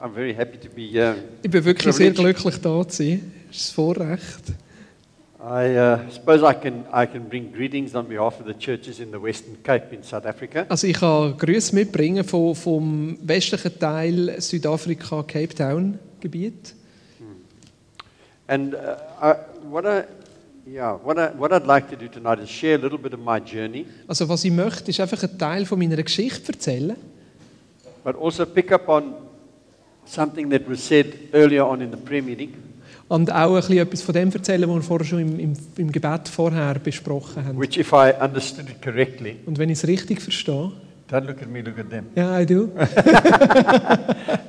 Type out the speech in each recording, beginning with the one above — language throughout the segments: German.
I'm very happy to be here. Ich bin wirklich sehr Privilege. glücklich, da zu sein. Es ist ein Vorrecht. I uh, suppose I can, I can bring greetings on behalf of the churches in the Western Cape in South Africa. Also ich kann Grüße mitbringen von, vom westlichen Teil Südafrika, Cape Town Gebiet. And uh, I, what, I, yeah, what, I, what I'd like to do tonight is share a little bit of my journey, Also was ich möchte, ist einfach einen Teil von meiner Geschichte erzählen, but also pick up on something that was said earlier on in the prayer meeting, und auch ein bisschen etwas von dem erzählen, was wir vorher schon im, im, im Gebet vorher besprochen haben. which, if I understood it correctly, Und wenn ich es richtig verstehe, don't look at me, look at them. ja, I do.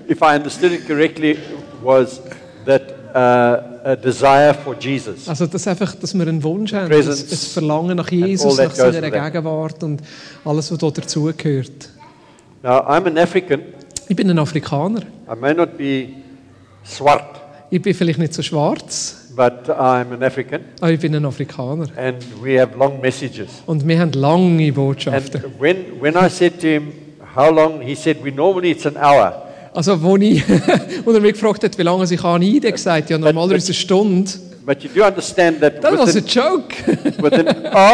If I understood it correctly, was that uh, a desire for Jesus. Also das einfach, dass wir einen Wunsch haben, ein, ein Presence Verlangen nach all Jesus, that nach goes seiner with that. Gegenwart und alles, was da dazugehört. Now, I'm an African. Ich bin ein Afrikaner. I may not be swart, Ich bin vielleicht nicht so schwarz, but I'm an African, Aber ich bin ein Afrikaner. and we have long messages. Und wir haben lange And Botschaften. when, when I said to him, how long, he said, we normally it's an hour. Also, als ich, als er mich gefragt hat, wie lange ich kann, ich habe gesagt, ja, normalerweise eine Stunde. But you do understand that Das war ein within, Joke. within oh,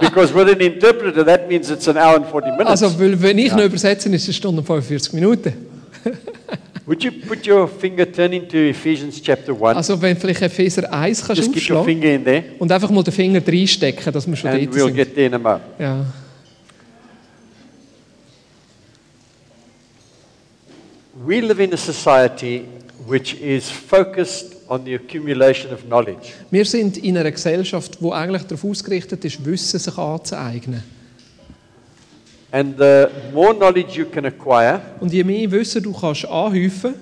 because with an interpreter that means it's an hour and 40 minutes. Also, weil wenn ich noch übersetze, ist es eine Stunde und 45 Minuten. Would you put your finger, turn into Ephesians chapter 1, Also, wenn vielleicht Epheser 1 kannst just keep your aufschlagen finger Ähm, in there, und einfach mal den Finger reinstecken, dass wir schon and dort we'll sind. get there in a moment. Ja. We live in a society which is focused on the accumulation of knowledge. Wir sind in einer Gesellschaft, die eigentlich darauf ausgerichtet ist, Wissen sich anzueignen. And the more knowledge you can acquire, Und je mehr Wissen du kannst anhäufen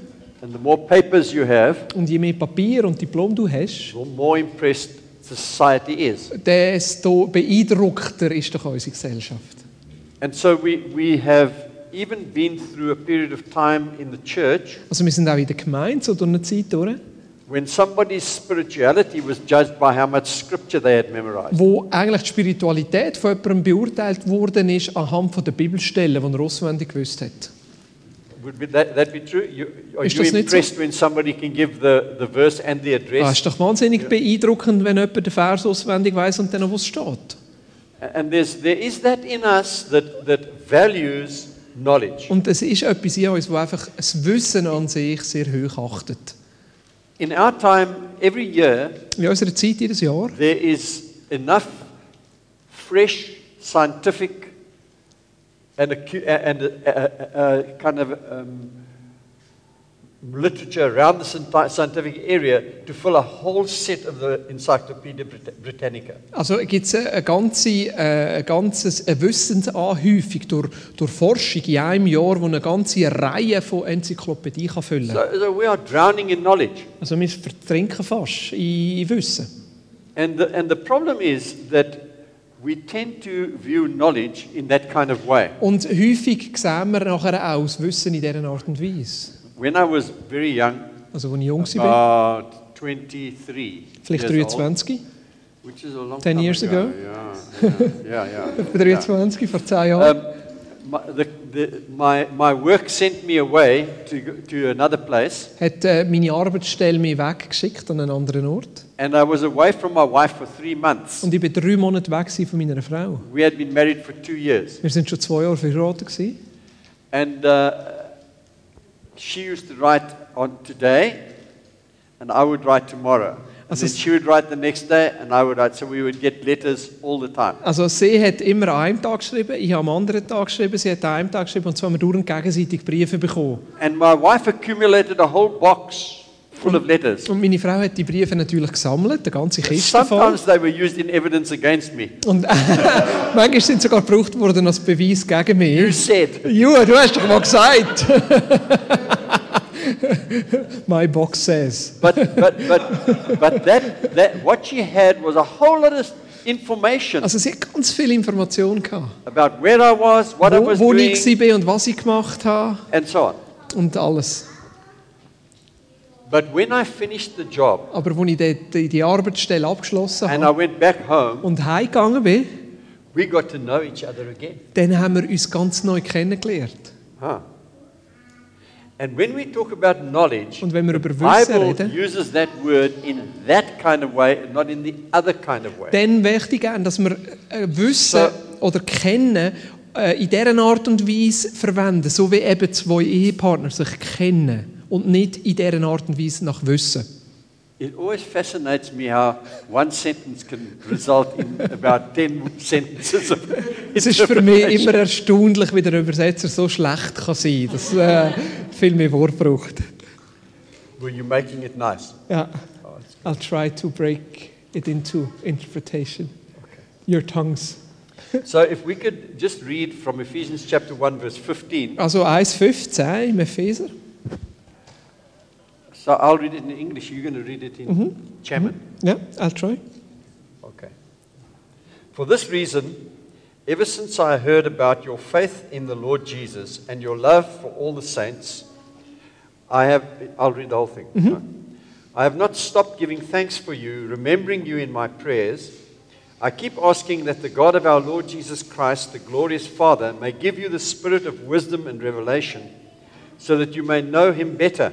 and the more papers you have, und je mehr Papier und Diplom du hast, the more impressed society is. desto beeindruckter ist doch unsere Gesellschaft. And so we, we have even been through a period of time in the church Also wir sind auch in der Gemeinde so durch eine Zeit durch, when somebody's spirituality was judged by how much scripture they had memorized. wo eigentlich die Spiritualität von jemandem beurteilt worden ist anhand von der Bibelstellen, die er auswendig gewusst hat. Would be that, that be true? You, are Is you dat niet zo? impressed when somebody can give the, the verse and the Das Ah, ist address? doch wahnsinnig beeindruckend, wenn jemand den Vers auswendig weiß und dann noch was steht. And there's, there is that in us that, that values knowledge. Und es ist etwas in uns, wo einfach das Wissen an sich sehr hoch achtet. In our time, every year, In unserer Zeit jedes Jahr there is enough fresh scientific and, acu- and uh, uh, uh, kind of um, literature around the sci- scientific area to fill a whole set of the Encyclopedia Brit- Britannica. Also gibt es eine ganze, äh, eine ganzes- eine Wissensanhäufung durch, durch Forschung in einem Jahr, die eine ganze Reihe von Enzyklopädien kann füllen kann. So, so we are drowning in knowledge. Also wir vertrinken fast in, in Wissen. And the, and the problem is that we tend to view knowledge in that kind of way. Und häufig sehen wir nachher auch das Wissen in dieser Art und Weise. When I was very young, Also als ich jung war, Ah, about 23 vielleicht years old, 23, Which is a long 10 time years ago. ago. Yeah, yeah, yeah. yeah. 23, vor 10 Jahren. Um, my, the, the, my, my work sent me away to, go- to another place, Hat äh, meine Arbeitsstelle mich weggeschickt an einen anderen Ort. and I was away from my wife for three months. Und ich war drei Monate weg gewesen von meiner Frau. We had been married for two years, Wir sind schon zwei Jahre verheiratet. gewesen. and uh, she used to write on today, and I would write tomorrow. And Also then s- she would write the next day, and I would write. So we would get letters all the time. Also sie hat immer an einem Tag geschrieben, ich habe am anderen Tag geschrieben, sie hat an einem Tag geschrieben und zwar haben wir dauernd gegenseitig Briefe bekommen. And my wife accumulated a whole box full of letters. Und meine Frau hat die Briefe natürlich gesammelt, eine ganze Kiste voll. Sometimes they were used in evidence against me. Und manchmal sind sie sogar gebraucht worden als Beweis gegen You mich. said, Ju, du hast doch mal gesagt. My box says. but but but but that that what she had was a whole lot of information Also sie hat ganz viel Information gehabt. about where I was, what I Wo, was wo doing, ich war und was ich gemacht habe and so on. und alles. But when I finished the job Aber als ich dort die, die Arbeitsstelle abgeschlossen and habe I went back home, und heimgegangen bin, we got to know each other again. dann haben wir uns ganz neu kennengelernt. Huh. And when we talk about knowledge, Und wenn wir über Wissen Bible reden, uses that word in that kind of way and not in the other kind of way. dann möchte ich gerne, dass wir äh, Wissen oder Kennen äh, in dieser Art und Weise verwenden, so wie eben zwei Ehepartner sich kennen und nicht in dieser Art und Weise nach Wissen. It always fascinates me how one sentence can result in about 10 sentences of Es ist für mich immer erstaunlich, wie der Übersetzer so schlecht kann sein kann, dass äh, viel mehr Wort braucht. Were you making it nice? Ja. I'll try to break it into interpretation. Your tongues. So if we could just read from Ephesians chapter 1 verse 15. Also 1,15 im Epheser. So I'll read it in English, you're going to read it in German. Ja, I'll try. Okay. For this reason, ever since I heard about your faith in the Lord Jesus and your love for all the saints, I have, I'll read the whole thing. I have not stopped giving thanks for you, remembering you in my prayers. I keep asking that the God of our Lord Jesus Christ, the glorious Father, may give you the spirit of wisdom and revelation so that you may know him better.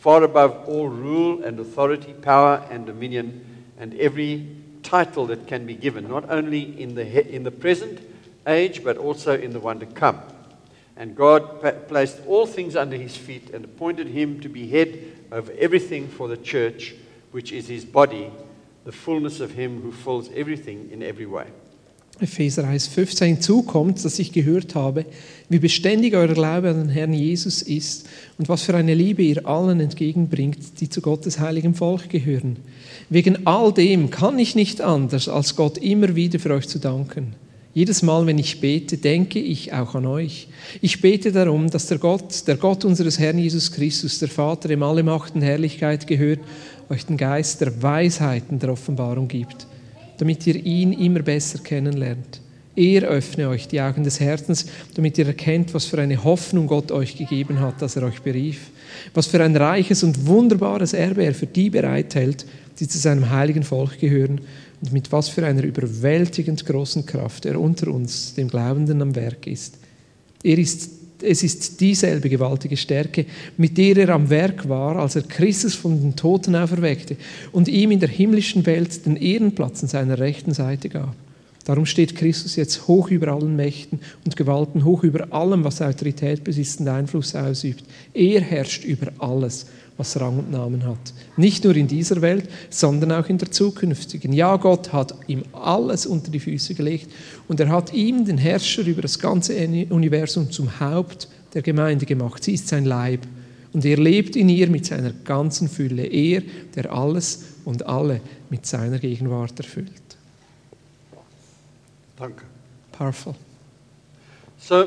far above all rule and authority, power and dominion, and every title that can be given, not only in the, he- in the present age, but also in the one to come. And God pa- placed all things under his feet and appointed him to be head over everything for the church, which is his body, the fullness of him who fills everything in every way. Epheser 1,15 hinzukommt, dass ich gehört habe, wie beständig euer Glaube an den Herrn Jesus ist und was für eine Liebe ihr allen entgegenbringt, die zu Gottes heiligem Volk gehören. Wegen all dem kann ich nicht anders, als Gott immer wieder für euch zu danken. Jedes Mal, wenn ich bete, denke ich auch an euch. Ich bete darum, dass der Gott, der Gott unseres Herrn Jesus Christus, der Vater im alle Macht und Herrlichkeit gehört, euch den Geist der Weisheit und der Offenbarung gibt damit ihr ihn immer besser kennenlernt. Er öffne euch die Augen des Herzens, damit ihr erkennt, was für eine Hoffnung Gott euch gegeben hat, dass er euch berief, was für ein reiches und wunderbares Erbe er für die bereithält, die zu seinem heiligen Volk gehören, und mit was für einer überwältigend großen Kraft er unter uns, dem Glaubenden, am Werk ist. Er ist, es ist dieselbe gewaltige Stärke, mit der er am Werk war, als er Christus von den Toten auferweckte und ihm in der himmlischen Welt den Ehrenplatz an seiner rechten Seite gab. Darum steht Christus jetzt hoch über allen Mächten und Gewalten, hoch über allem, was Autorität besitzt und Einfluss ausübt. Er herrscht über alles, was Rang und Namen hat. Nicht nur in dieser Welt, sondern auch in der zukünftigen. Ja, Gott hat ihm alles unter die Füße gelegt und er hat ihm, den Herrscher über das ganze Universum, zum Haupt der Gemeinde gemacht. Sie ist sein Leib und er lebt in ihr mit seiner ganzen Fülle. Er, der alles und alle mit seiner Gegenwart erfüllt. Thank you. Powerful. So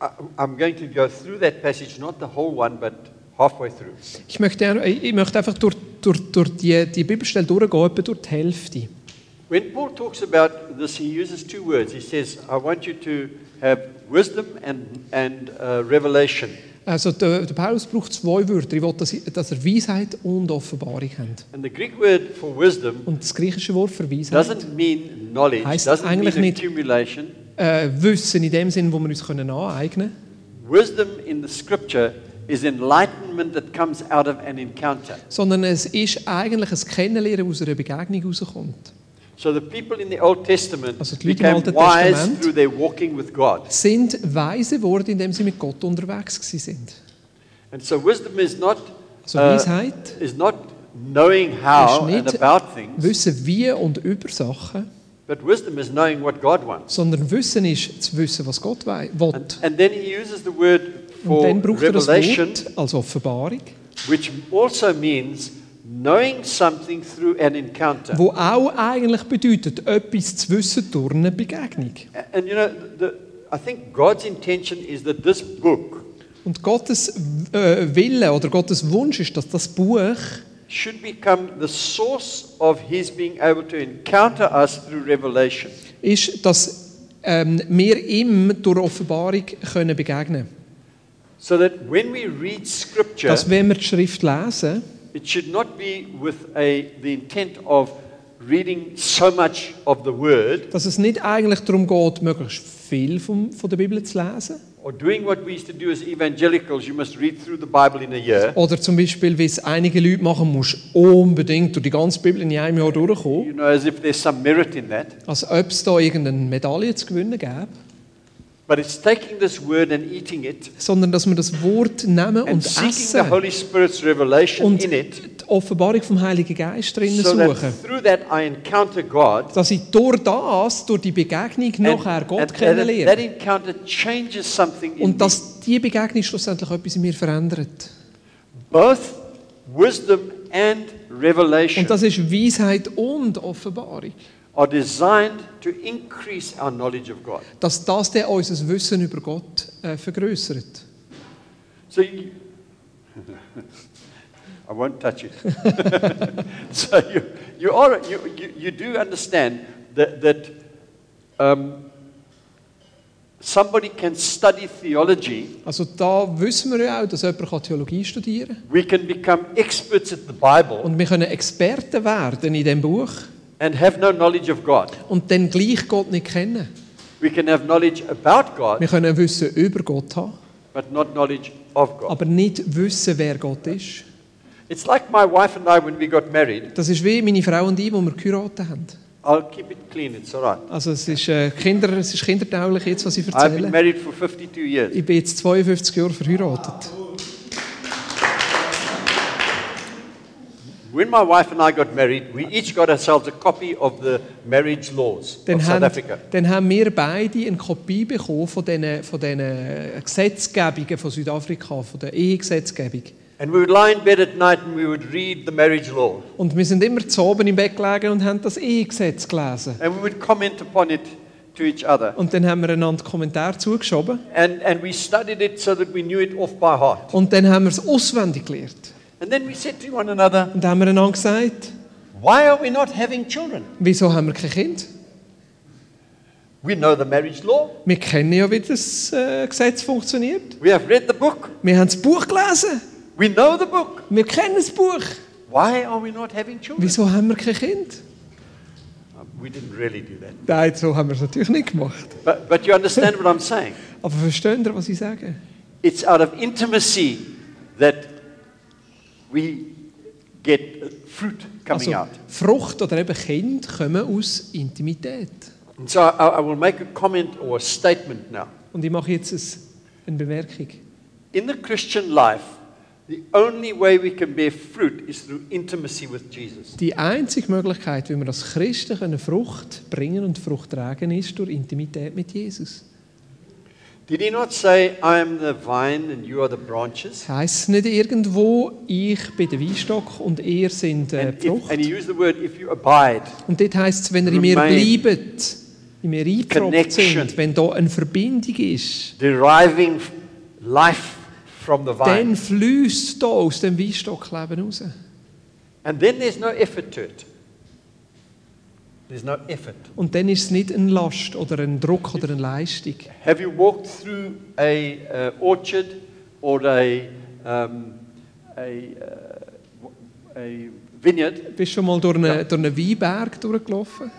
I, I'm going to go through that passage, not the whole one, but halfway through. Ich möchte, ich möchte einfach durch, durch, durch die, die Bibelstelle durchgehen, etwa durch die Hälfte. When Paul talks about this, he uses two words. He says, I want you to have wisdom and, and uh, revelation. Also der, der Paulus braucht zwei Wörter. Ich will, dass, dass er Weisheit und Offenbarung hat. And the Greek word for wisdom Und das griechische Wort für Weisheit, doesn't mean knowledge, Heißt doesn't eigentlich mean nicht- accumulation. äh, Wissen in dem Sinn, wo wir uns können aneignen können, Wisdom in the scripture is enlightenment that comes out of an encounter. sondern es ist eigentlich ein Kennenlernen, aus einer Begegnung herauskommt. So the people in the Old Testament Also die Leute im became Alten wise Testament- through their walking with God. Sind weise geworden, indem sie mit Gott unterwegs gewesen sind. And so wisdom is not, Also uh, Weisheit is not knowing how ist and nicht about things, Wissen wie und über Sachen, but wisdom is knowing what God wants. sondern Wissen ist zu wissen, was Gott wei- will. And, and then he uses the word Und for dann braucht er das revelation, Wort als Offenbarung, which also means knowing something through an encounter. wo auch eigentlich bedeutet, etwas zu wissen durch eine Begegnung. A- And you know, the, I think God's intention is that this book Und Gottes äh, Wille oder Gottes Wunsch ist, dass das Buch should become the source of his being able to encounter us through revelation. ist, dass ähm, wir ihm durch Offenbarung können begegnen können. So that when we read scripture, Dass wenn wir die Schrift lesen, it should not be with a, the intent of reading so much of the word dass es nicht eigentlich darum geht, möglichst viel vom, von der Bibel zu lesen. or doing what we used to do as evangelicals. You must read through the Bible in a year. Oder zum Beispiel, wie es einige Leute machen, musst du unbedingt durch die ganze Bibel in einem Jahr durchkommen. You know, as if there's some merit in that. Als ob es da irgendeine Medaille zu gewinnen gäbe. But it's taking this word and eating it Sondern, dass wir das Wort nehmen and und seeking the essen Holy Spirit's revelation und in it. die Offenbarung vom Heiligen Geist drinnen So that suchen. through that I encounter God. Dass ich durch das, durch die Begegnung nachher Gott that, that kennenlerne. encounter changes something in Und me. dass diese Begegnung schlussendlich etwas in mir verändert. both wisdom and revelation Und das ist Weisheit und Offenbarung. are designed to increase our knowledge of God. Dass das dann unser Wissen über Gott äh, vergrößert. So you, I won't touch it. so you, you, are, you, you, you do understand that, that um, somebody can study theology. Also da wissen wir ja auch, dass jemand kann Theologie studieren kann. We can become experts at the Bible Und wir können Experten werden in diesem Buch and have no knowledge of God. und dann gleich Gott nicht kennen. We can have knowledge about God, Wir können Wissen über Gott haben, but not knowledge of God. aber nicht wissen, wer Gott ist. It's like my wife and I when we got married. Das ist wie meine Frau und ich, wo wir geheiratet haben. I'll keep it clean, it's all right. Also es ist, äh, Kinder, es ist kindertauglich jetzt, was ich I've been erzähle. married for 52 years. Ich bin jetzt 52 Jahre verheiratet. When my wife and I got married, we each got ourselves a copy of the marriage laws Dann of South haben, Africa. dann haben wir beide eine Kopie bekommen von diesen, von diesen Gesetzgebungen von Südafrika, von der Ehegesetzgebung. And we would lie in bed at night and we would read the marriage law. Und wir sind immer zu oben im Bett gelegen und haben das Ehegesetz gelesen. And we would comment upon it to each other. Und dann haben wir einander Kommentare zugeschoben. And, and we studied it so that we knew it off by heart. Und dann haben wir es auswendig gelernt. And then we said to one another, Und dann haben wir einander gesagt, Why are we not having children? wieso haben wir kein Kind? We know the marriage law. Wir kennen ja, wie das äh, Gesetz funktioniert. We have read the book. Wir haben das Buch gelesen. We know the book. Wir kennen das Buch. Why are we not having children? Uh, Wieso haben wir kein Kind? We didn't really do that. Nein, so haben wir es natürlich nicht gemacht. But, but you understand what I'm saying. Aber versteht ihr, was ich sage? It's out of intimacy that we get fruit coming out. Also, Frucht oder eben Kind kommen aus Intimität. And so I, I will make a comment or a statement now. Und ich mache jetzt ein- eine Bemerkung. In the Christian life, the only way we can bear fruit is through intimacy with Jesus. Die einzige Möglichkeit, wie wir als Christen können Frucht bringen und Frucht tragen, ist durch Intimität mit Jesus. Did he not say, I am the vine and you are the branches? Das heisst nicht irgendwo, ich bin der Weinstock und ihr sind äh, And, die if, Frucht. and he used the word, if you abide. Und dort heisst es, wenn ihr in mir Remain. bleibt, in mir eingeprobt Connection. sind, wenn da eine Verbindung ist, deriving life from the vine. dann fließt da aus dem Weinstockleben raus. and then there's no effort to it. There's no effort. Und dann ist es nicht eine Last oder ein Druck oder eine Leistung. Have you walked through a uh, orchard or a um, a, uh, w- a vineyard Bist du schon mal durch einen, durch einen Weinberg durchgelaufen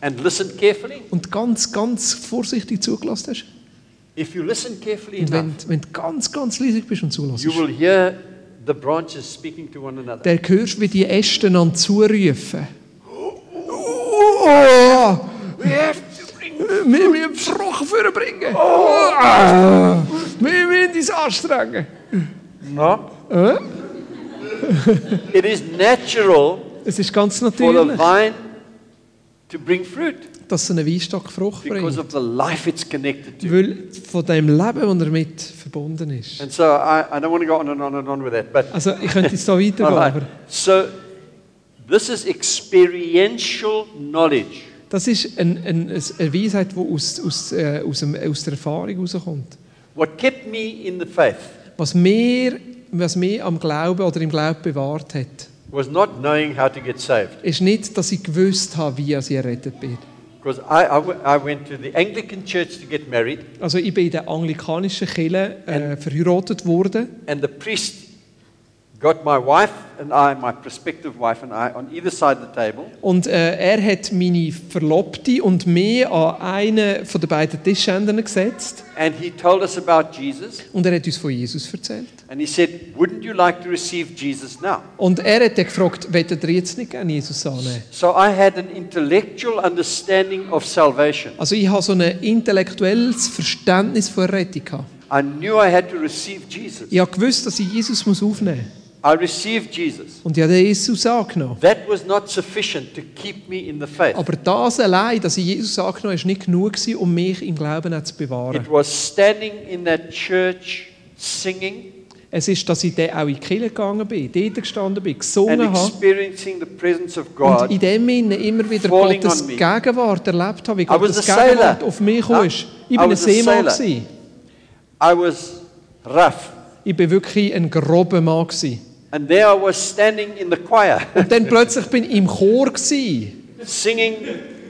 and listened carefully? und ganz, ganz vorsichtig zugelassen hast? If you listen carefully Und wenn, enough, wenn du ganz, ganz leisig bist und zulässt, you will hear the branches speaking to one another. dann hörst du, wie die Äste an zurufen. Oh, We have to bring wir müssen Frucht vorbringen. Ah, Wir müssen uns anstrengen. no. it is natural Es ist ganz for the natürlich, vine to bring fruit. dass so ein Weinstock Frucht because of bringt. the life it's connected to. Weil von dem Leben, das damit verbunden ist. And so I, I don't want to go on and on and on with that, but Also ich könnte jetzt hier weitergehen, all right. aber so this is experiential knowledge. das ist ein, ein, ein- eine Weisheit, die aus, aus, äh, aus, dem, aus der Erfahrung herauskommt. What kept me in the faith Was mir, was mich am Glauben oder im Glauben bewahrt hat, was not knowing how to get saved. ist nicht, dass ich gewusst habe, wie ich errettet bin. Because I, I w- I went to the Anglican church to get married, Also ich bin in der anglikanischen Kirche äh, verheiratet worden and the priest got my wife and I, my prospective wife and I, on either side of the table. und äh, er hat meine Verlobte und mich an einen von den beiden Tischenden gesetzt And he told us about Jesus. und er hat uns von Jesus erzählt. And he said, Wouldn't you like to receive Jesus now? Und er hat dann gefragt, wollt ihr jetzt nicht an Jesus annehmen? So I had an intellectual understanding of salvation. Also ich habe so ein intellektuelles Verständnis von Rettung. gehabt. I knew I had to receive Jesus. Ich habe gewusst, dass ich Jesus muss aufnehmen muss. I received Jesus. Und ich habe Jesus angenommen. That was not sufficient to keep me in the faith. Aber das allein, dass ich Jesus angenommen habe, war nicht genug, gewesen, um mich im Glauben auch zu bewahren. It was standing in that church singing Es ist, dass ich dann auch in die Kirche gegangen bin, dort gestanden bin, and gesungen habe experiencing the presence of und God. in dem Sinne immer wieder Falling Gottes on me. Gegenwart erlebt habe, wie was Gottes a sailor. Gegenwart auf mich Ja. kam. Ich I war ein was a Seemann. sailor. gewesen. I was rough. Ich war wirklich ein grober Mann. gewesen. And there I was standing in the choir, Und dann plötzlich bin ich im Chor, gewesen, singing, I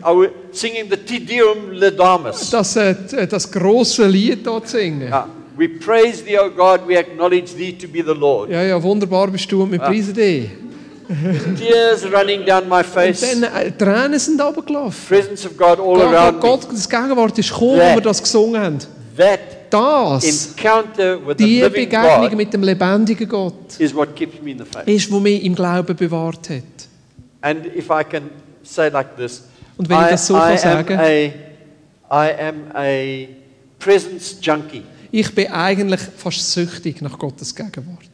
was singing the Te Deum Laudamus. das, äh, das grosse Lied hier zu singen. Ja. Yeah. Ah, We praise thee, O God, we acknowledge thee to be the Lord. ja, wunderbar bist du und wir preisen dich. Tears running down my Und face. dann äh, Tränen sind runtergelaufen. presence of God all Gott, around me. Gott, das Gegenwart ist gekommen, Yeah. wo wir das gesungen haben. That Das, encounter with the die living Begegnung God mit dem lebendigen Gott. is what keeps me in the faith. ist, wo mich im Glauben bewahrt hat. And if I can say like this, Und wenn ich I, das so I, kann am sagen- a, I am a presence junkie. Ich bin eigentlich fast süchtig nach Gottes Gegenwart.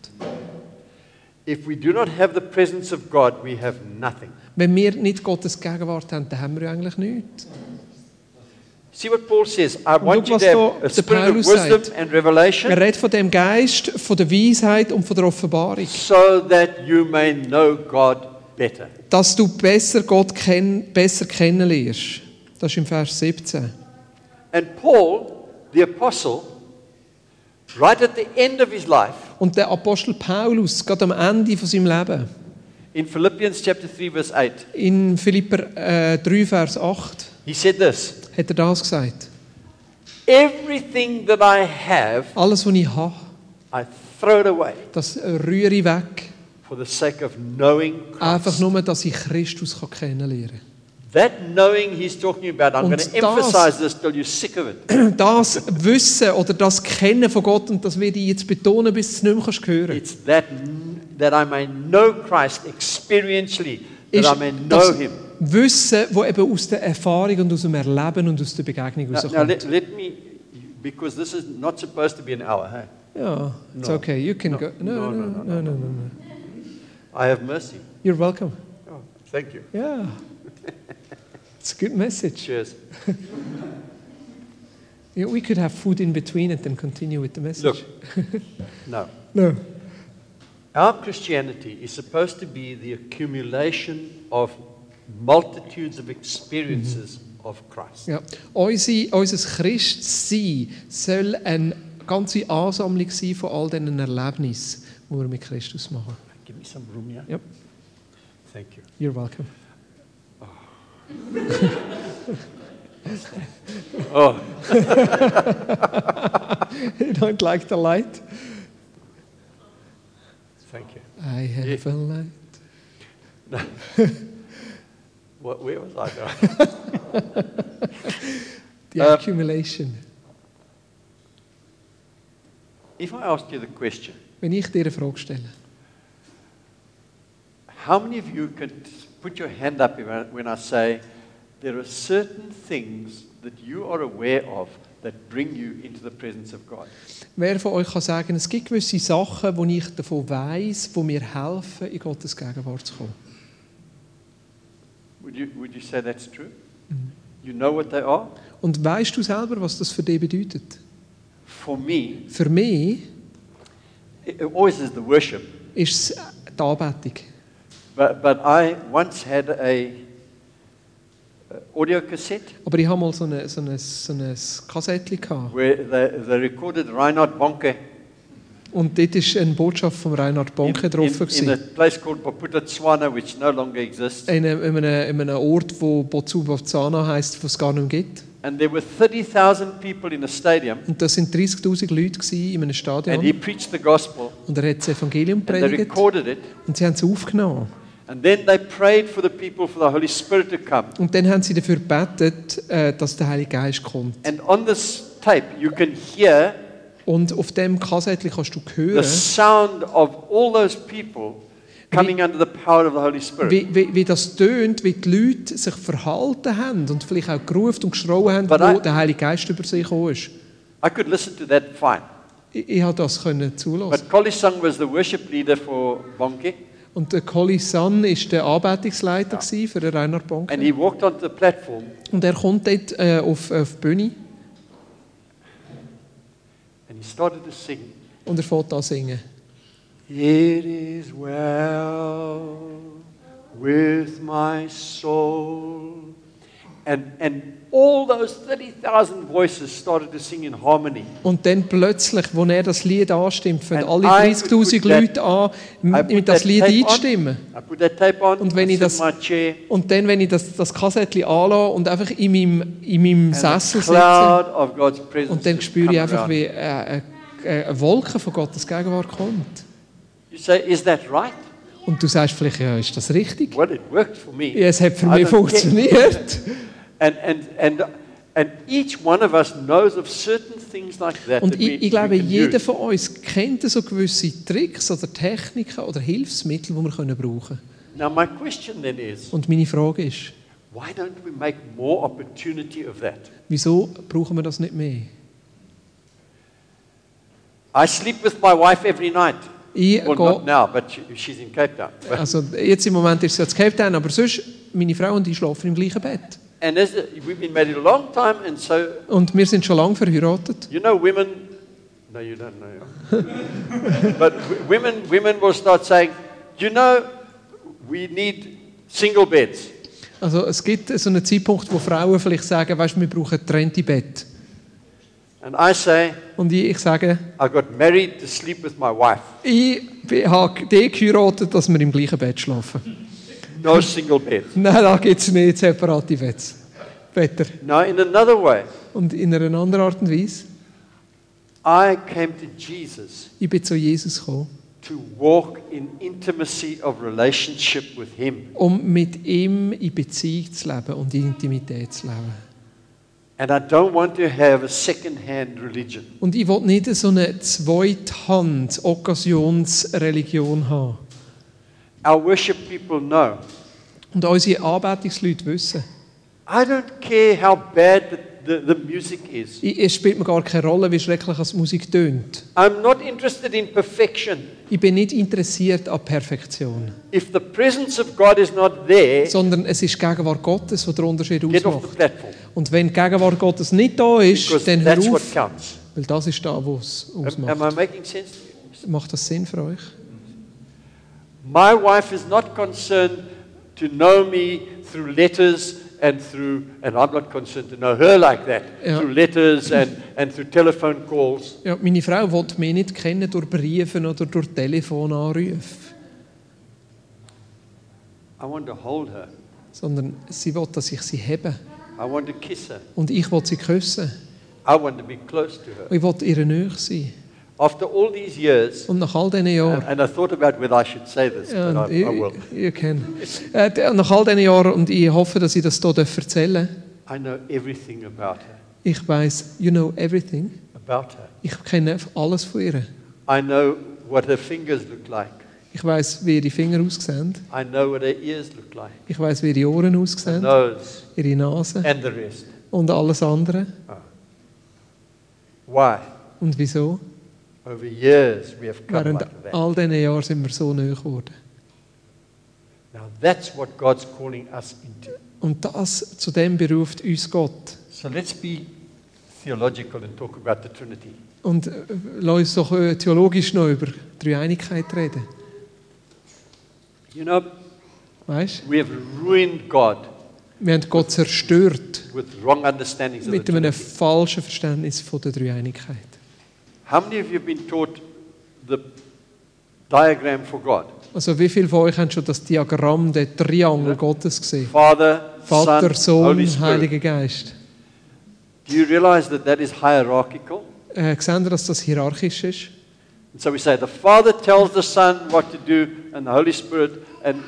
If we do not have the presence of God, we have nothing. Wenn wir nicht Gottes Gegenwart haben, dann haben wir eigentlich nichts. See what Paul says. I want you was to da have a der spirit of Paulus wisdom sagt. and revelation Er redet von dem Geist, von der Weisheit und von der Offenbarung, so that you may know God better. dass du besser Gott kenn besser kennenlernst. Das ist im Vers 17. And Paul, the apostle, right at the end of his life, Und der Apostel Paulus, gerade am Ende von seinem Leben, In Philippians chapter 3 verse 8, in Philipper äh, 3, Vers 8, he said this, hat er das gesagt. everything that I have, Alles, was ich habe, I throw it away das rühre ich weg. for the sake of knowing Einfach Christ. nur, dass ich Christus kann kennenlernen That knowing he's talking about, I'm Und going to das- emphasize this till you're sick of it. kann. Das Wissen oder das Kennen von Gott, und das werde ich jetzt betonen, bis du es nicht mehr kannst hören It's that kn- that I may know Christ experientially, that ist I may know das him. Wissen, das eben aus der Erfahrung und aus dem Erleben und aus der Now, Begegnung now herauskommt. let, let me, because this is not supposed to be an hour. Hey? Ja, it's No. okay, you can No. go. No, no, no, no, no, no, no. I have mercy. You're welcome. Oh, thank you. Yeah. It's a good message. Cheers. Yeah, we could have food in between and then continue with the Look, message. no. No. Our Christianity is supposed to be the accumulation of multitudes of experiences of Christ. Ja. Unsere, unser Christsein soll eine ganze Ansammlung sein von all diesen Erlebnissen, die wir mit Christus machen. Give me some room here. Yep, Thank you. you're welcome. Oh, You don't like the light? thank you. I have Yeah. a light. What, where was I now? The Uh, accumulation. if I ask you the question, Wenn ich dir eine Frage stelle, how many of you can t- put your hand up if I- when I say there are certain things that you are aware of that bring you into the presence of God? wer von euch kann sagen, es gibt gewisse Sachen, wo ich davon weiß, wo mir helfen, in Gottes Gegenwart zu kommen? Would you, would you say that's true? You know what they are? Und weißt du selber, was das für dich bedeutet? For me, Für mich it it always is the worship. ist es die Anbetung. But, but I once had a, audio cassette Aber ich habe mal so ein so eine, so eine Kassettchen gehabt. where they, they recorded Reinhard Bonke Und dort war eine Botschaft von Reinhard in, Bonke drauf. in, in a gewesen. place called Paputa Tswana, which no longer exists. In, einem- in, einem, in einem Ort, wo Botswana heisst, wo es gar nicht mehr gibt. And there were 30,000 people in a stadium, Und das sind 30'000 Leute gewesen in einem and he Stadion. preached the gospel, Und er hat das Evangelium and they predigt recorded it. und sie haben es aufgenommen. And then they prayed for the people for the Holy Spirit to come. Und dann haben sie dafür gebetet, äh, dass der Heilige Geist kommt. And on this tape, you can hear Und auf dem Kassettchen kannst du the hören, sound of all those people coming under the power of the Holy Spirit. wie, wie, wie das tönt, wie die Leute sich verhalten haben und vielleicht auch gerufen und geschrien haben, But wo I- der Heilige Geist über sie gekommen ist. I could listen to that fine. Ich, ich habe das können But zulassen. Kolisang was the worship leader for Bonke, Und der Colli Sun war der Anbetungsleiter ja. für den Reinhard Bonk. and he walked onto the platform Und er kommt dort äh, auf, auf die Bühne and he started to sing. und er fängt an zu singen. It is well with my soul. And, and all those 30,000 voices started to sing in harmony. Und dann plötzlich, als er das Lied anstimmt, fangen And alle I 30'000 put that- Leute an, I m- put mit das that Lied tape on. einzustimmen. I put that tape on, Und wenn I ich sit das- in my chair, Und dann, wenn ich das, das Kassettchen anlasse und einfach in meinem, in meinem and a Sessel sitze, cloud of God's presence und dann has spüre come ich einfach, around. wie äh, äh, äh, eine Wolke von Gottes Gegenwart kommt. You say, is that right? Und du sagst vielleicht, ja, ist das richtig? Well, it worked for me. Ja, es hat für I mich don't funktioniert. And, and, and, and each one of us knows of certain things like that. Und that we, ich, ich glaube, we can jeder use. von uns kennt so gewisse Tricks oder Techniken oder Hilfsmittel, die wir können brauchen können. Now, my question then is, Und meine Frage ist, Why don't we make more opportunity of that? wieso brauchen wir das nicht mehr? I sleep with my wife every night. Ich Well, gehe, not now, but she, she's in Cape Town. But- also jetzt im Moment ist es ja zu Cape Town, aber sonst, meine Frau und ich schlafen im gleichen Bett. and as a, we've been married a long time, and so Und wir sind schon lange verheiratet. you know, women. No, you don't know. but w- women, women will start saying, you know, we need single beds. Also es gibt so einen Zeitpunkt, wo Frauen vielleicht sagen, weißt, du, wir brauchen trennte Bett. And I say, Und ich, ich sage, I got married to sleep with my wife. ich bin- habe dich geheiratet, dass wir im gleichen Bett schlafen. No single beds. Nein, da gibt es nicht separate Betts. Better. Now, in another way, Und in einer anderen Art und Weise, I came to Jesus ich bin zu Jesus gekommen, to walk in intimacy of relationship with Him. um mit ihm in Beziehung zu leben und in Intimität zu leben. And I don't want to have a second hand religion. Und ich will nicht so eine Zweithand-Okkasionsreligion haben. Our worship people know. Und unsere Anbetungsleute wissen, I don't care how bad the, the, the music is. i- es spielt mir gar keine Rolle, wie schrecklich die Musik tönt. I'm not interested in perfection. Ich bin nicht interessiert an Perfektion, If the presence of God is not there, sondern es ist die Gegenwart Gottes, die den Unterschied get off the ausmacht. platform. Und wenn die Gegenwart Gottes nicht da ist, Because dann hör that's what auf, counts. weil das ist da, was es Am, am I ausmacht. making sense? to you? Macht das Sinn für euch? My wife is not concerned to know me through letters and through, and I'm not concerned to know her like that, Yeah. through letters and, and through telephone calls. Ja, meine Frau will mich nicht kennen durch Briefe oder durch Telefonanrufe, I want to hold her. sondern sie will, dass ich sie hebe. I want to kiss her. Und ich will sie küssen. I want to be close to her. Und ich will ihre Nähe sein. After all these years, Und nach all diesen and, Jahren, and I thought about whether I should say this, ja, but und I, I will. ich, ihr kennt, äh, d- nach all diesen Jahren, und ich hoffe, dass ich das hier erzählen darf, I know everything about her. ich weiß, you know everything. About her. Ich kenne alles von ihr. I know what her fingers look like. Ich weiß, wie ihre Finger aussehen. I know what her ears look like. Ich weiß, wie ihre Ohren Her aussehen, nose ihre Nase and the rest. und alles andere. Why? Und wieso? Over years we have come Während like that. all diesen Jahren sind wir so nahe geworden. Now that's what God's calling us into. Und das, zu dem beruft uns Gott. So let's be theological and talk about the Trinity. Und äh, lass uns doch äh, theologisch noch über die Dreieinigkeit reden. You know, Weißt we have ruined God Wir haben Gott zerstört with wrong understandings of the mit einem Trinity. falschen Verständnis von der Dreieinigkeit. How many of you have been taught the diagram for God? Also wie viele von euch haben schon das Diagramm der Triangel Gottes gesehen? Father, Vater, Son, Sohn, Holy Spirit. Heiliger Geist. Do you realize that that is hierarchical? Äh, seht ihr, dass das hierarchisch ist? And so we say the Father tells the Son what to do, and the Holy Spirit, and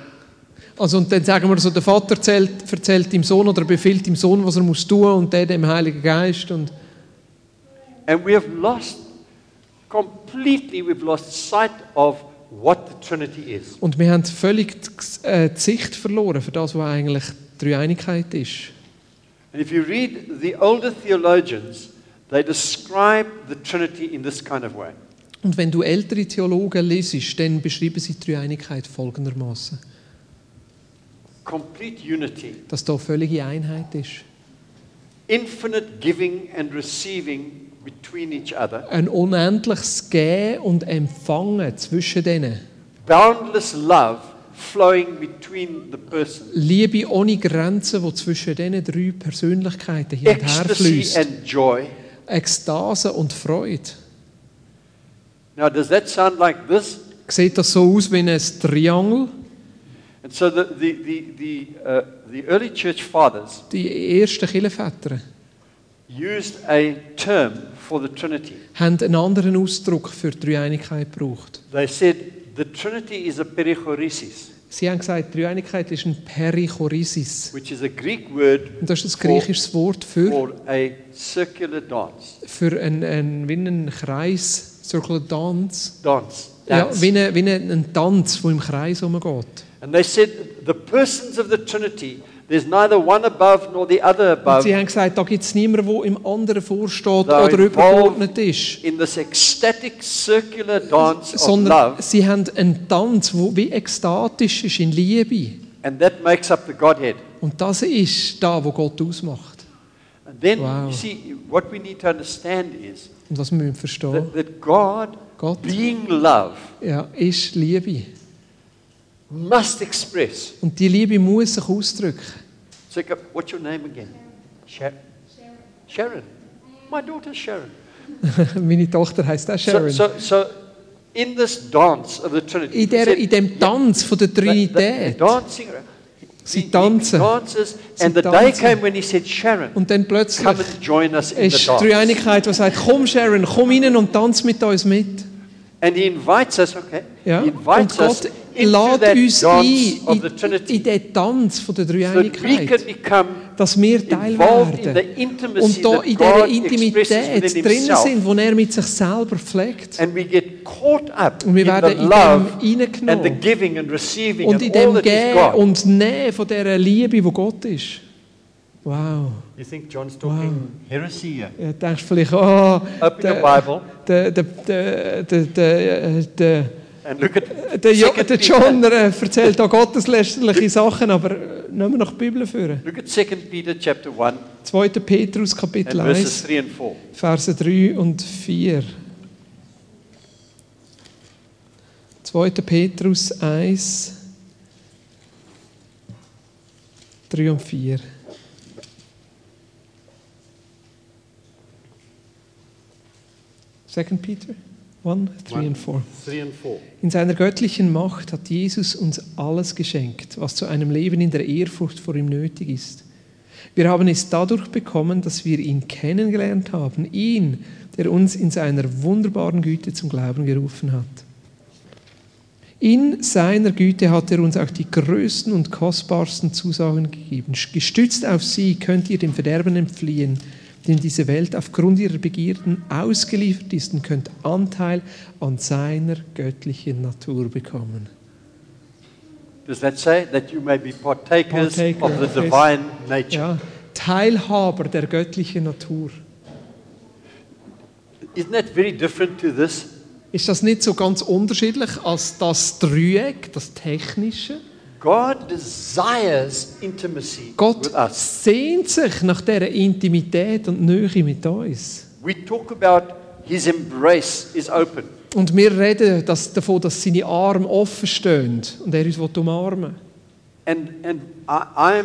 Also und dann sagen wir so, der Vater erzählt, erzählt dem Sohn oder befiehlt dem Sohn, was er muss tun und der dem Heiligen Geist. Und and we have lost completely. We've lost sight of what the Trinity is. Und wir haben völlig die, Gs- äh, die Sicht verloren für das, was eigentlich die Dreieinigkeit ist. And if you read the older theologians, they describe the Trinity in this kind of way. Und wenn du ältere Theologen lesest, dann beschreiben sie die Dreieinigkeit folgendermaßen: complete unity, dass da völlige Einheit ist, infinite giving and receiving between each other, ein unendliches Geben und Empfangen zwischen denen, boundless love flowing between the persons, Liebe ohne Grenzen, die zwischen diesen drei Persönlichkeiten hin und her ecstasy fließt, and joy. Ekstase und Freude. Now, does that sound like this? Sieht das so aus wie ein Triangel? And so the, the, the, the, uh, the early church fathers Die ersten Kirchenväter used a term for the Trinity. haben einen anderen Ausdruck für die Dreieinigkeit gebraucht. They said the Trinity is a perichoresis, Sie haben gesagt, die Dreieinigkeit ist ein Perichoresis. which is a Greek word Und das ist ein griechisches Wort für, for a circular dance. für einen, einen, wie einen Kreis, Circle Dance. Dance. Ja, dance. wie ein, wie ein, ein Tanz, der im Kreis umgeht. And they said, the persons of the Trinity, there's neither one above nor the other Und above sie haben gesagt, da gibt es niemanden, der im anderen vorsteht Da oder involved- übergeordnet ist. in this ecstatic circular dance of Sondern love. sie haben einen Tanz, der wie ekstatisch ist in Liebe. And that makes up the Godhead. Und das ist da, wo Gott ausmacht. And then, Wow. you see, what we need to understand is Und was wir müssen verstehen that, that God, Gott. being love, ja, ist Liebe. must express. Und die Liebe muss sich ausdrücken. So, go- what's your name again? Sharon. Sharon. My daughter Sharon. Meine Tochter heißt auch Sharon. So, so, so, in this dance of the Trinity, in, he der, said, in dem Tanz von der They- they- Trinität. they're dancing. Sie He- he tanzen. dances, Sie and the day tanzen. came when he said, Sharon, Und dann come plötzlich and join us in ist the die dance. Dreieinigkeit, die sagt, komm Sharon, komm rein und tanz mit uns mit. And he invites us, okay, Ja? he Und invites us Gott into that lädt uns dance of ein the in, Trinity in den Tanz von der so that we can Dreieinigkeit, become dass wir Teil involved in werden. the intimacy Und da in that God dieser expresses Intimität within drin himself. sind, wo er mit sich selber pflegt. And we get caught up Und wir in werden the in love dem and the hineingenommen. giving and receiving Und in and all dem that is Geben God. und Nehmen von dieser Liebe, die Gott ist. Wow. you think John's talking heresy here? Ja, denkst vielleicht, oh, Open your der, Bible der, der, der, der, der, der, and look Eh, at der, jo, Second der Peter. John äh, erzählt auch gotteslästerliche Sachen, aber äh, nehmen wir noch die Bibel führen. Look at 2 Peter chapter 1 2. Petrus, and Kapitel verses 1, 3 and 4. Verse 3 und 4. 2. Petrus 1, 3 und 4. Second Peter 1, 3 One. und 4. 3 and 4. In seiner göttlichen Macht hat Jesus uns alles geschenkt, was zu einem Leben in der Ehrfurcht vor ihm nötig ist. Wir haben es dadurch bekommen, dass wir ihn kennengelernt haben, ihn, der uns in seiner wunderbaren Güte zum Glauben gerufen hat. In seiner Güte hat er uns auch die größten und kostbarsten Zusagen gegeben. Gestützt auf sie könnt ihr dem Verderben entfliehen, dem diese Welt aufgrund ihrer Begierden ausgeliefert ist und könnt Anteil an seiner göttlichen Natur bekommen. Does that say that you may be partakers Partaker of the of his- divine nature? Ja, Teilhaber der göttlichen Natur. Isn't that very different to this? Ist das nicht so ganz unterschiedlich als das Dreieck, das Technische? God desires intimacy Gott with us. sehnt sich nach dieser Intimität und Nähe mit uns. We talk about His embrace is open. Und wir reden dass, davon, dass seine Arme offen stehen und er uns will umarmen And, and I, I'm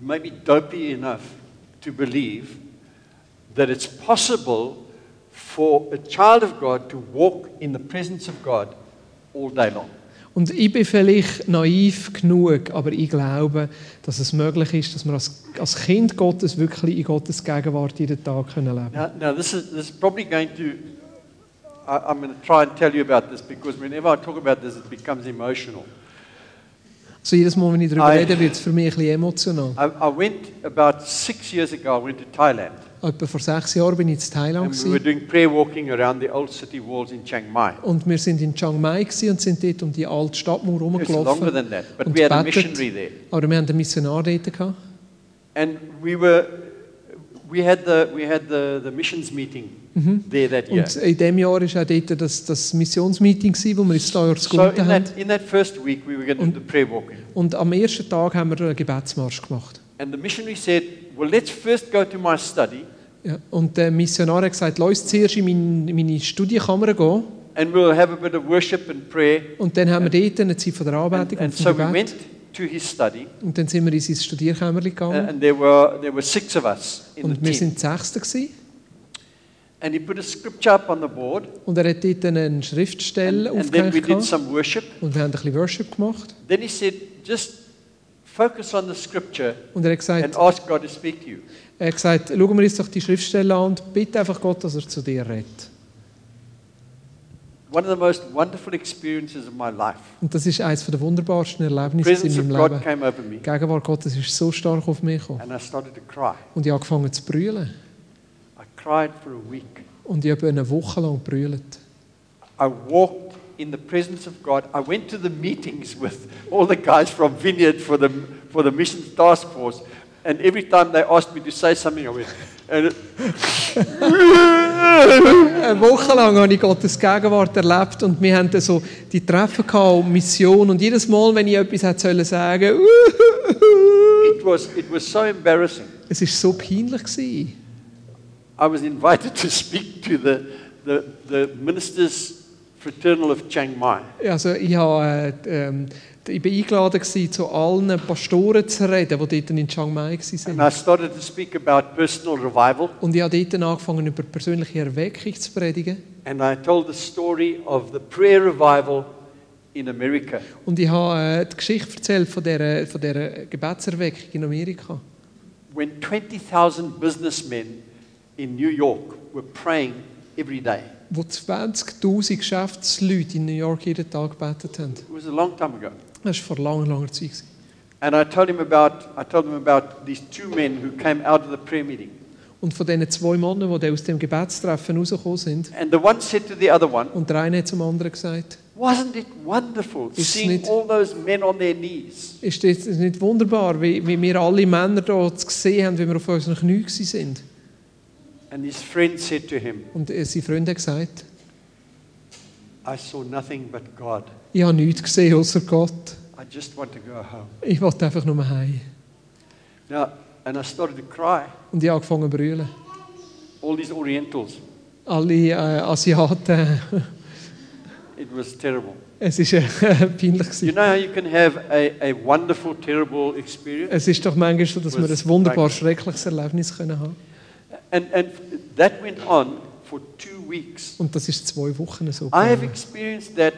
maybe dopey enough to believe that it's possible for a child of God to walk in the presence of God all day long. Und ich bin vielleicht naiv genug, aber ich glaube, dass es möglich ist, dass wir als, als Kind Gottes wirklich in Gottes Gegenwart jeden Tag können leben können. Now, now this, is, this is probably going to, I, I'm going to try and tell you about this because whenever I talk about this, it becomes emotional. Also jedes Mal, wenn ich darüber Ei. rede, wird es für mich ein bisschen emotional. I, I went about six years ago, I went to Thailand. Etwa vor sechs Jahren bin ich in Thailand And we were gewesen, doing prayer walking around the old city walls in Chiang Mai. und wir sind in Chiang Mai gewesen und sind dort um die alte Stadtmauer It's longer herumgelaufen. than that, but und we had a gebetet. missionary there. Aber wir haben einen Missionar dort gehabt. And we were, we had the, we had the, the missions meeting there that year. Und in diesem Jahr war auch dort das, das Missionsmeeting, gewesen, wo wir ins Steuer So gefunden in haben. that, in that first week, we were going to do the prayer walking. Und am ersten Tag haben wir einen Gebetsmarsch gemacht. And the missionary said, well, let's first go to my study Ja. Und der Missionar hat gesagt, lass uns zuerst in meine, meine Studienkammer gehen. and we'll have a bit of worship and prayer. Und dann haben wir dort eine Zeit von der And, Anbetung and und so vom we Gebet. went to his study Und dann sind wir in sein Studierkämmerchen and, gegangen. and there, were, there were six of us in the Und wir team. sind die Sechsten gewesen. And he put a scripture up on the board Und er hat dort eine and, Schriftstelle and then we aufgehängt. did gehabt. some worship. Und wir haben ein bisschen Worship gemacht. Then he said, just focus on the scripture Und er hat and gesagt, ask God to speak to you. er hat gesagt schauen wir uns doch die Schriftstelle an und bitte einfach Gott, dass er zu dir redet. One of the most wonderful experiences of my life. Und das ist eines der wunderbarsten The Erlebnisse presence in of meinem God Leben. came over me Die Gegenwart Gottes ist so stark auf mich gekommen. and I started to cry. Und ich habe angefangen zu brüllen. I cried for a week. Und ich habe eine Woche lang brüllt. I walked in the presence of God. I went to the meetings with all the guys from Vineyard for the, for the Missions Task Force. And every time they asked me to say something, I went, and it- Eine Woche lang habe ich Gottes Gegenwart erlebt und wir hatten dann so die Treffen gehabt, und Mission und jedes Mal, wenn ich etwas hätte sollen sagen, it, was, it was so embarrassing. es ist so peinlich gewesen. I was invited to speak to the, the, the ministers' fraternal of Chiang Mai. Also ich habe, äh, ähm, ich bin eingeladen gewesen, zu allen Pastoren zu reden, die dort in Chiang Mai And waren. I started to speak about personal revival. Und ich habe dort angefangen, über persönliche Erweckung zu predigen. And I told the story of the prayer revival in America. Und ich habe äh, die Geschichte erzählt von dieser, von dieser Gebetserweckung in Amerika. When 20,000 businessmen in New York were praying every day. wo 20.000 Geschäftsleute in New York jeden Tag gebetet haben. It was a long time ago. Das war vor langer, langer Zeit. gewesen. And I told him about, I told them about these two men who came out of the prayer meeting. Und von diesen zwei Männern, die dann aus dem Gebetstreffen rausgekommen sind, And the one said to the other one, und der eine hat zum anderen gesagt, wasn't it wonderful It's seeing neat. all those men on their knees? ist das nicht wunderbar, wie, wie wir alle Männer hier gesehen haben, wie wir auf unseren Knien waren? And his friend said to him, Und äh, sein Freund hat gesagt, I saw nothing but God. ich habe nichts gesehen außer Gott. I just want to go home. Ich wollte einfach nur heim. Now, and I started to cry. Und ich habe angefangen zu brüllen. All these Orientals. Alle äh, Asiaten, It was terrible. es war äh, peinlich. gewesen. You know how you can have a, a wonderful, terrible experience? Es ist doch manchmal so, dass wir Was ein wunderbar schrecklich. schreckliches Erlebnis können haben And, and that went on for two weeks. Und das ist zwei Wochen so. I have gegangen. experienced that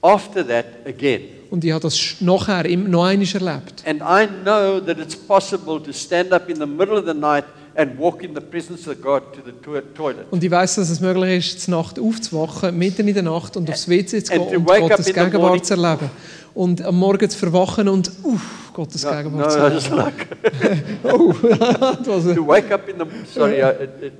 after that again. Und ich habe das sch- nachher im- noch einmal erlebt. And I know that it's possible to stand up in the middle of the night and walk in the presence of God to the to- toilet. Und ich weiß, dass es möglich ist, zur Nacht aufzuwachen, mitten in der Nacht und aufs WC zu gehen And to und wake up Gottes in the morning. Gegenwart zu erleben. Und am Morgen zu verwachen und uff, Gottes No, Gegenwart zu no, erleben. it's like Oh, das war to wake up in the sorry, I, it, it,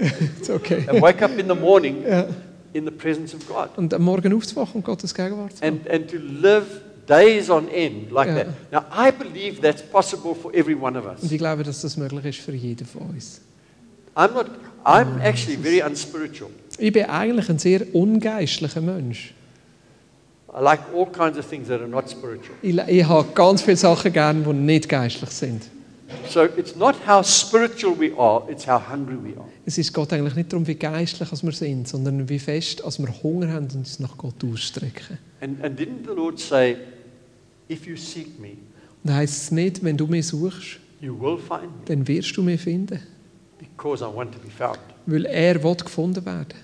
uh, it's okay. and wake up in the morning Ja. in the presence of God, Und am Morgen aufzuwachen und Gottes Gegenwart zu erleben. and and to live days on end like Yeah. that. Now I believe that's possible for every one of Und us. ich glaube, dass das möglich ist für jeden von uns. I'm not. I'm actually very unspiritual. Ich bin eigentlich ein sehr ungeistlicher Mensch. I like all kinds of things that are not spiritual. Ich, ich habe ganz viele Sachen gern, die nicht geistlich sind. So it's not how spiritual we are; it's how hungry we are. Es ist Gott eigentlich nicht darum, wie geistlich als wir sind, sondern wie fest als wir Hunger haben und uns nach Gott ausstrecken. And and didn't the Lord say, "If you seek me, Da heißt es nicht, wenn du mich suchst, You will find me dann wirst du mich finden. because I want to be found. Weil er will gefunden werden.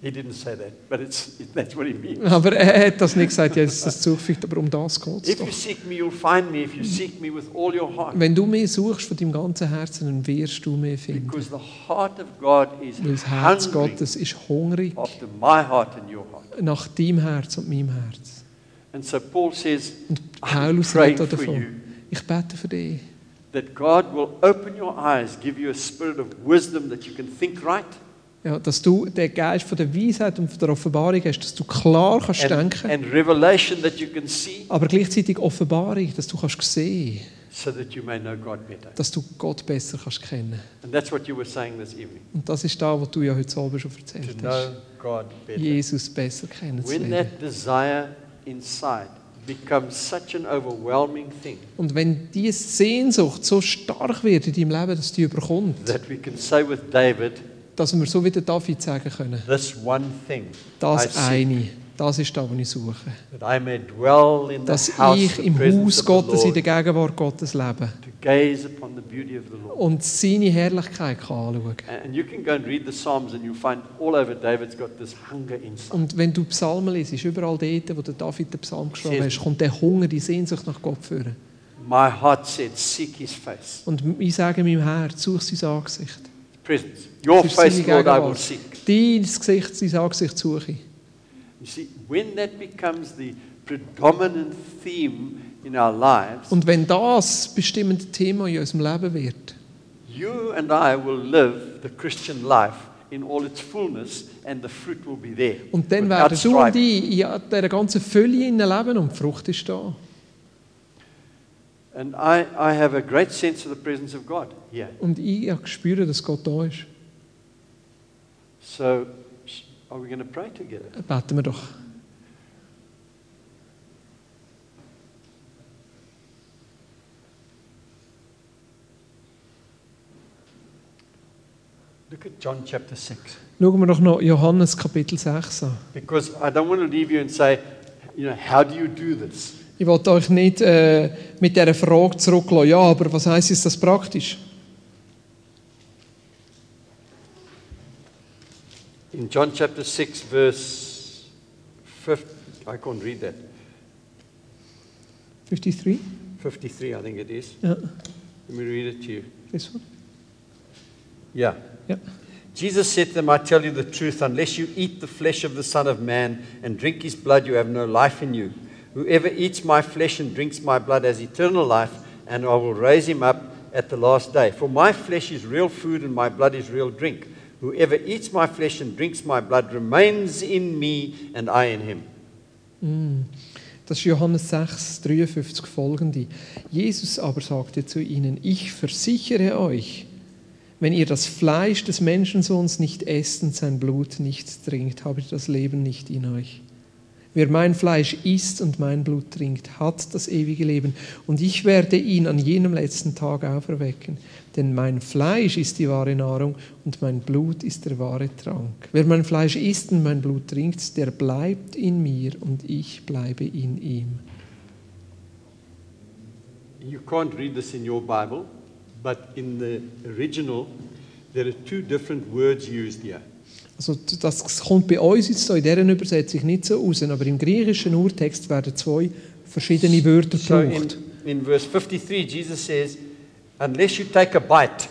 He didn't say that, but it's, it, that's what he means. Aber er hat das nicht gesagt, jetzt ist das zugefügt, aber um das geht es If you doch. seek me, you'll find me. If you seek me with all your heart, Wenn du mich suchst von deinem ganzen Herzen, dann wirst du mich finden. because the heart of God is Weil das Herz hungry Gottes ist hungrig after my heart and your heart. nach deinem Herz und meinem Herz. And so Paul says, Und I'm Paulus praying redet auch for you davon. Ich bete für dich, that God will open your eyes, give you a spirit of wisdom that you can think right, ja, dass du den Geist von der Weisheit und von der Offenbarung hast, dass du klar kannst and, denken, and revelation that you can see, aber gleichzeitig Offenbarung, dass du kannst sehen, so that you may know God better. dass du Gott besser kannst kennen. And that's what you were saying this evening Und das ist das, was du ja heute Abend schon to erzählt hast. know God better. Jesus besser When kennenzulernen. that desire inside becomes such an overwhelming thing Und wenn diese Sehnsucht so stark wird in deinem Leben, dass die überkommt, that we can say with David, dass wir so wie der David sagen können, this one thing I das seek, eine, das ist das, was ich suche. that I may dwell in the Dass house ich the im presence Haus of the Gottes, in der Lord, Gegenwart Gottes lebe to gaze upon the beauty of the Lord. und seine Herrlichkeit kann anschauen And you can go and read the Psalms and you'll find all over David's got this hunger inside. Und wenn du Psalmen liest, überall dort, wo der David den Psalm geschrieben Yes. hat, kommt der Hunger, die Sehnsucht nach Gott führen. My heart said, seek his face. Und ich sage meinem Herz, such sein Angesicht. Presence. Your Für seine face, Lord, I will Gegenwart. seek. Dein Gesicht, sein Angesicht suche ich. You see, when that becomes the predominant theme in our lives, Und wenn das bestimmende Thema in unserem Leben wird, you and I will live the Christian life in all its fullness and the fruit will be there. Und dann without werden du und striving. ich in dieser ganzen Fülle in leben und die Frucht ist da. And I, I have a great sense of the presence of God here. Und ich habe gespürt, dass Gott da ist. So, sh- are we going to pray together? Beten wir doch. Look at John chapter 6. Schauen wir doch noch Johannes Kapitel 6 an. Because I don't want to leave you and say, you know, how do you do this? Ich wollte euch nicht äh, mit dieser Frage zurücklassen, ja, aber was heisst ist das praktisch? In John chapter 6, verse 50, I can't read that. 53? 53, I think it is. Ja, Let me read it to you. das war. Yeah. Ja. Jesus said to them, I tell you the truth, unless you eat the flesh of the Son of Man and drink his blood, you have no life in you. Whoever eats my flesh and drinks my blood has eternal life, and I will raise him up at the last day. For my flesh is real food, and my blood is real drink. Whoever eats my flesh and drinks my blood remains in me, and I in him. Das ist Johannes 6, 53 folgende. Jesus aber sagte zu ihnen, ich versichere euch, wenn ihr das Fleisch des Menschensohns nicht esst und sein Blut nicht trinkt, habt ihr das Leben nicht in euch. Wer mein Fleisch isst und mein Blut trinkt, hat das ewige Leben. Und ich werde ihn an jenem letzten Tag auferwecken. Denn mein Fleisch ist die wahre Nahrung und mein Blut ist der wahre Trank. Wer mein Fleisch isst und mein Blut trinkt, der bleibt in mir und ich bleibe in ihm. You can't read this in your Bible, but in the original, there are two different words used here. Also das kommt bei uns jetzt in dieser Übersetzung nicht so raus, aber im griechischen Urtext werden zwei verschiedene Wörter So gebraucht. in, in verse 53, Jesus says, Unless you take a bite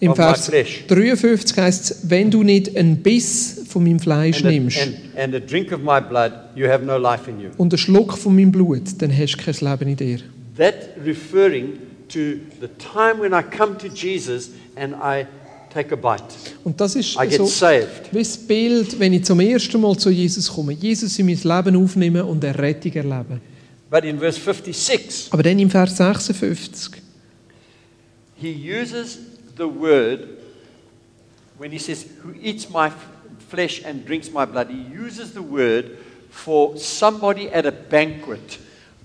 Im of my Vers flesh 53 heißt es, wenn du nicht einen Biss von meinem Fleisch and a, nimmst and, and a drink of my blood, you have no life in you. und einen Schluck von meinem Blut, dann hast du kein Leben in dir. That referring to the time when I come to Jesus and I take a bite. Und das ist I get so saved. wie das Bild, wenn ich zum ersten Mal zu Jesus komme. Jesus in mein Leben aufnehmen und eine Rettung erleben. But in verse 56, Aber dann im Vers 56, he uses the word when he says, Who eats my f- flesh and drinks my blood, he uses the word for somebody at a banquet.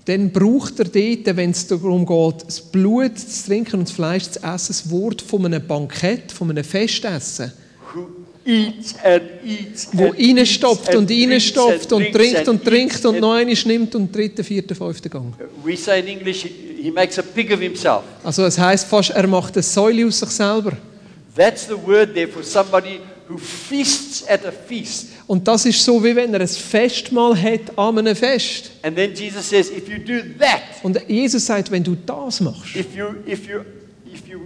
dann braucht er dort, wenn es darum geht, das Blut zu trinken und das Fleisch zu essen, das Wort von einem Bankett, von einem Festessen. who eats and eats wo and eats reinstopft and und drinks and reinstopft drinks und trinkt and und trinkt eats und and- noch einen nimmt und dritten, vierten, fünften Gang. We say in English, he he makes a pig of himself. Also es heißt fast, er macht eine Säule aus sich selber. That's the word there for somebody who feasts at a feast. Und das ist so, wie wenn er ein Festmahl hat an einem Fest. And then Jesus says, if you do that, Und Jesus sagt, wenn du das machst, if you, if you, if you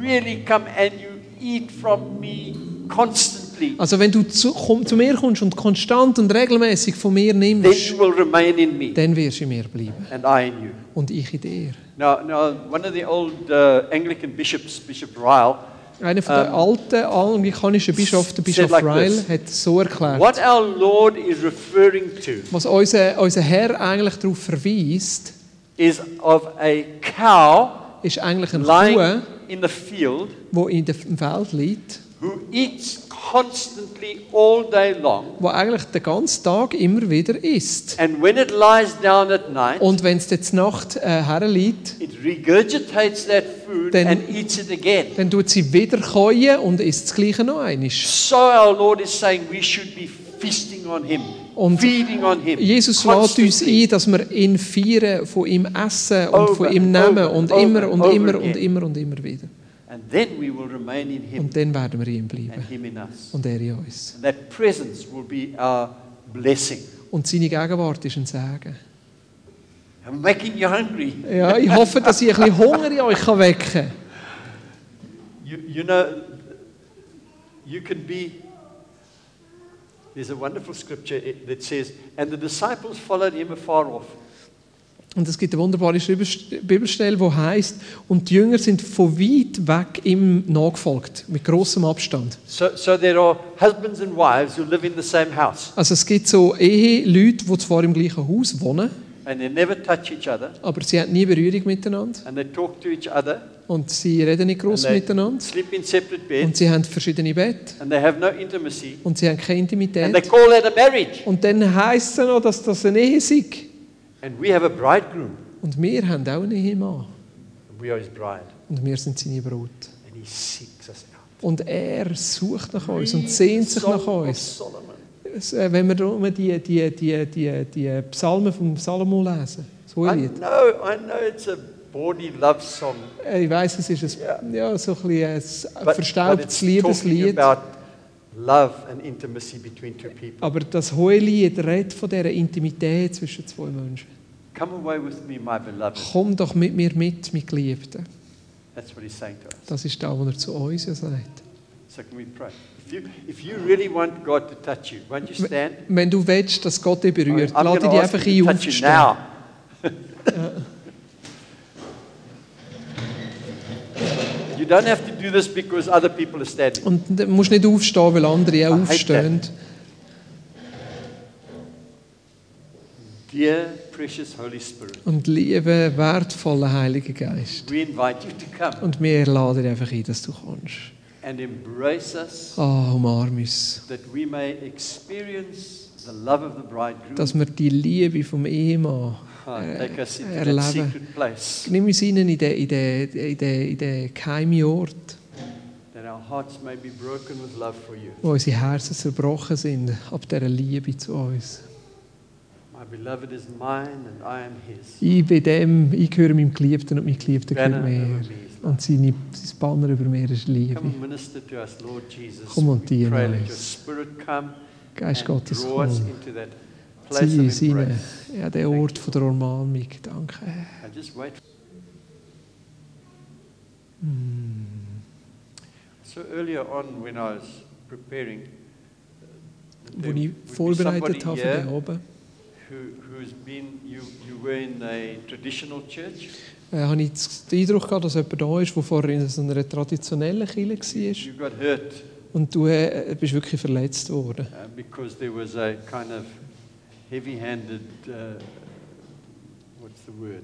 really come and you eat from me constantly, also wenn du zu, komm, zu mir kommst und konstant und regelmäßig von mir then nimmst, you will remain in me dann wirst du in mir bleiben and I in you. und ich in dir. Now, now one of the old uh, Anglican bishops, Bishop Ryle, Einer von den Ähm, alten anglikanischen Bischöfen, der said Bischof like Ryle, this. hat so erklärt, what our Lord is referring to was unser, unser Herr eigentlich darauf verweist, is of a cow ist eigentlich eine lying Kuh, in the field die in der- im Feld liegt, who eats constantly all day long. die eigentlich den ganzen Tag immer wieder isst. And when it lies down at night, Und wenn es jetzt Nacht äh, herliegt, It regurgitates that food Then- and eats it again. dann tut sie wieder keuen und isst das Gleiche noch einmal. So our Lord is saying we should be feasting on Him, Und feeding on Him. Jesus lädt uns constantly. ein, dass wir ihn feiern, von ihm essen und Over, von ihm nehmen over, und over, immer und over immer und again. immer und immer wieder. And then we will remain in Him Und dann werden wir ihm bleiben and Him in us. und er in uns. And that presence will be our blessing. Und seine Gegenwart ist ein Segen. I'm making you hungry. Ja, ich hoffe, dass ich ein bisschen Hunger in euch kann wecken kann. You, you know, you can be. There's a wonderful scripture i- that says, And the disciples followed Him afar off. Und es gibt eine wunderbare Schribbest- Bibelstelle, die heißt: Und die Jünger sind von weit weg ihm nachgefolgt, mit großem Abstand. So, so there are husbands and wives who live in the same house. Also es gibt so Eheleute, die zwar im gleichen Haus wohnen, and they never touch each other aber sie haben nie Berührung miteinander and they talk to each other und sie reden nicht and groß they miteinander sleep in separate und beds sie haben verschiedene Bett and they have no intimacy und sie haben keine and they Intimität. call that a marriage Und dann heisst es noch, dass das eine Ehe sei. and we have a bridegroom Und wir haben auch einen Ehemann and we are his bride und wir sind seine Brut. and he seeks us out Und er sucht nach uns und sehnt sich Song nach of uns. Solomon Es, äh, wenn wir darum die, die, die, die, die Psalmen vom Salomo lesen, so I ein Lied. know I know it's a bawdy love song Äh, Ich weiß, es ist ein, ja, so ein, bisschen ein but, but verstaubtes it's talking Liebeslied, about love and intimacy between two people aber das hohe Lied redet von dieser Intimität zwischen zwei Menschen. come away with me my beloved Komm doch mit mir mit, mein Geliebter. that's what he's saying to us Das ist das, was er zu uns ja sagt. so can we pray if you, if you really want God to touch you won't you stand Wenn du willst, dass Gott dich berührt, I'm lade dich gonna ask einfach you ein to touch you aufzustehen. now. You don't have to do this because other people are standing. Und du musst nicht aufstehen, weil andere auch Ah, halt der. aufstehen. Dear precious Holy Spirit, Und liebe, wertvoller Heiliger Geist. we invite you to come Und wir laden dich einfach ein, dass du kommst. and embrace us Ah, umarm uns, that we may experience the love of the bridegroom. dass wir die Liebe vom Ehemann Ah, take eh, us into that erleben. secret place Nimm uns hinein in den, in den, in den, in den geheimen Ort, that our hearts may be broken with love for you. wo unsere Herzen zerbrochen sind, ab dieser Liebe zu uns. My beloved is mine and I am his. Ich bin dem, ich gehöre meinem Geliebten und mein Geliebter Banner gehört over mir. me is love. Und seine, sein Banner über mir ist Liebe. Come and minister to us, Lord Jesus. Kom en we dien pray ons. that your spirit come Geist and Gottes, draw us komm. into that place Zieh uns of hinein, embrace. ja, den Ort von der Umarmung. Danke. I just wait. Mm. So earlier on, when I was preparing, uh, Wo there ich would be vorbereitet habe somebody für den here Abend, who, who's been, you, you were in a traditional church. äh, habe ich den Eindruck gehabt, dass jemand da ist, der vorher in so einer traditionellen Kirche war. You got hurt Und du äh, bist wirklich verletzt worden. uh, because there was a kind of heavy handed, uh, what's the word?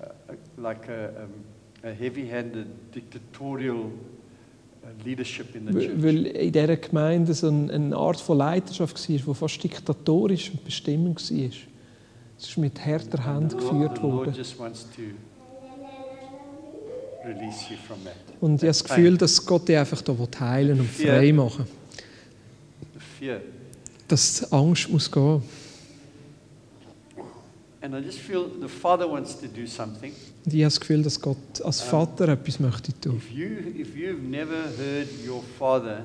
Uh, uh, like a, um, a heavy handed dictatorial uh, leadership in the Weil church. weil in dieser Gemeinde so ein- eine Art von Leiterschaft war, die fast diktatorisch und bestimmend war. Es ist mit härter Hand The Lord- geführt the Lord worden. just wants to release you from that. Und ich habe das Gefühl, dass Gott dich einfach da heilen will und frei machen will. fear. dass Angst muss gehen. And I just feel the Father wants to do something. Und ich habe das Gefühl, dass Gott als Vater etwas möchte tun. If you if you've never heard your Father,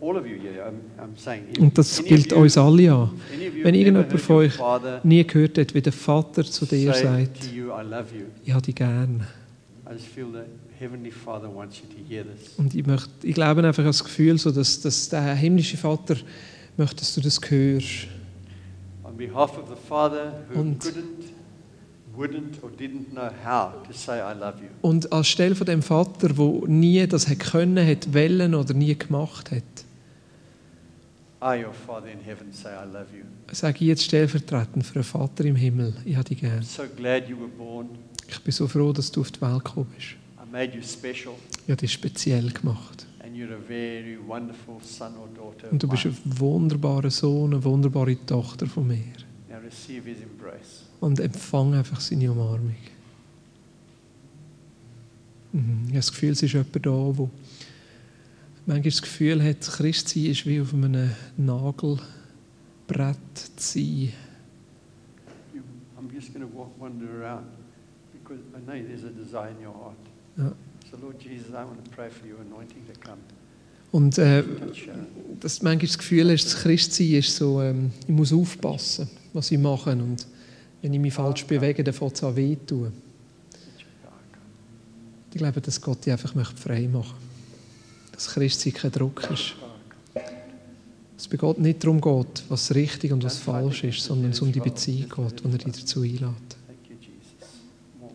all of you, yeah, I'm, I'm saying. if Und das any of gilt you- uns alle an. any of you have Wenn never irgendjemand heard von your euch Father nie gehört hat, wie der Vater zu dir say to sagt, you, I love you. ich habe dich gern. I just feel that Heavenly Father wants you to hear this. Und ich, möchte, ich glaube einfach das Gefühl, so dass, dass der himmlische Vater möchte, dass du das hörst. On behalf of the Father who Und- couldn't, wouldn't, or didn't know how to say, I love you. Und anstelle von dem Vater, der nie das hat können, hat wollen oder nie gemacht hat, I, your Father in heaven, say, I love you. sage ich jetzt stellvertretend für einen Vater im Himmel, ich habe dich I'm gern. so glad you were born. Ich bin so froh, dass du auf die Welt gekommen bist. I made you special, Ich habe dich speziell gemacht. and you're a very wonderful son or daughter. of Und du bist ein mine. wunderbarer Sohn, eine wunderbare Tochter von mir. Now receive his embrace. Und empfang einfach seine Umarmung. Mhm. Ich habe das Gefühl, es ist jemand da, der manchmal das Gefühl hat, Christ sein ist wie auf einem Nagelbrett zu sein. You, I'm just going to walk, wander around, because I know there's a desire in your heart. Ja. So, Lord Jesus, I want to pray for your anointing to come. Und äh, Touch Sharon. dass du manchmal das Gefühl hast, das Christsein ist so, ähm, ich muss aufpassen, was ich mache. Und wenn ich mich falsch bewege, dann fängt es an weh zu tun. Ich glaube, dass Gott dich einfach möchte frei machen möchte. Dass Christsein kein Druck ist. Dass es bei Gott nicht darum geht, was richtig und was falsch ist, sondern es um die Beziehung geht, die er dich dazu einlädt.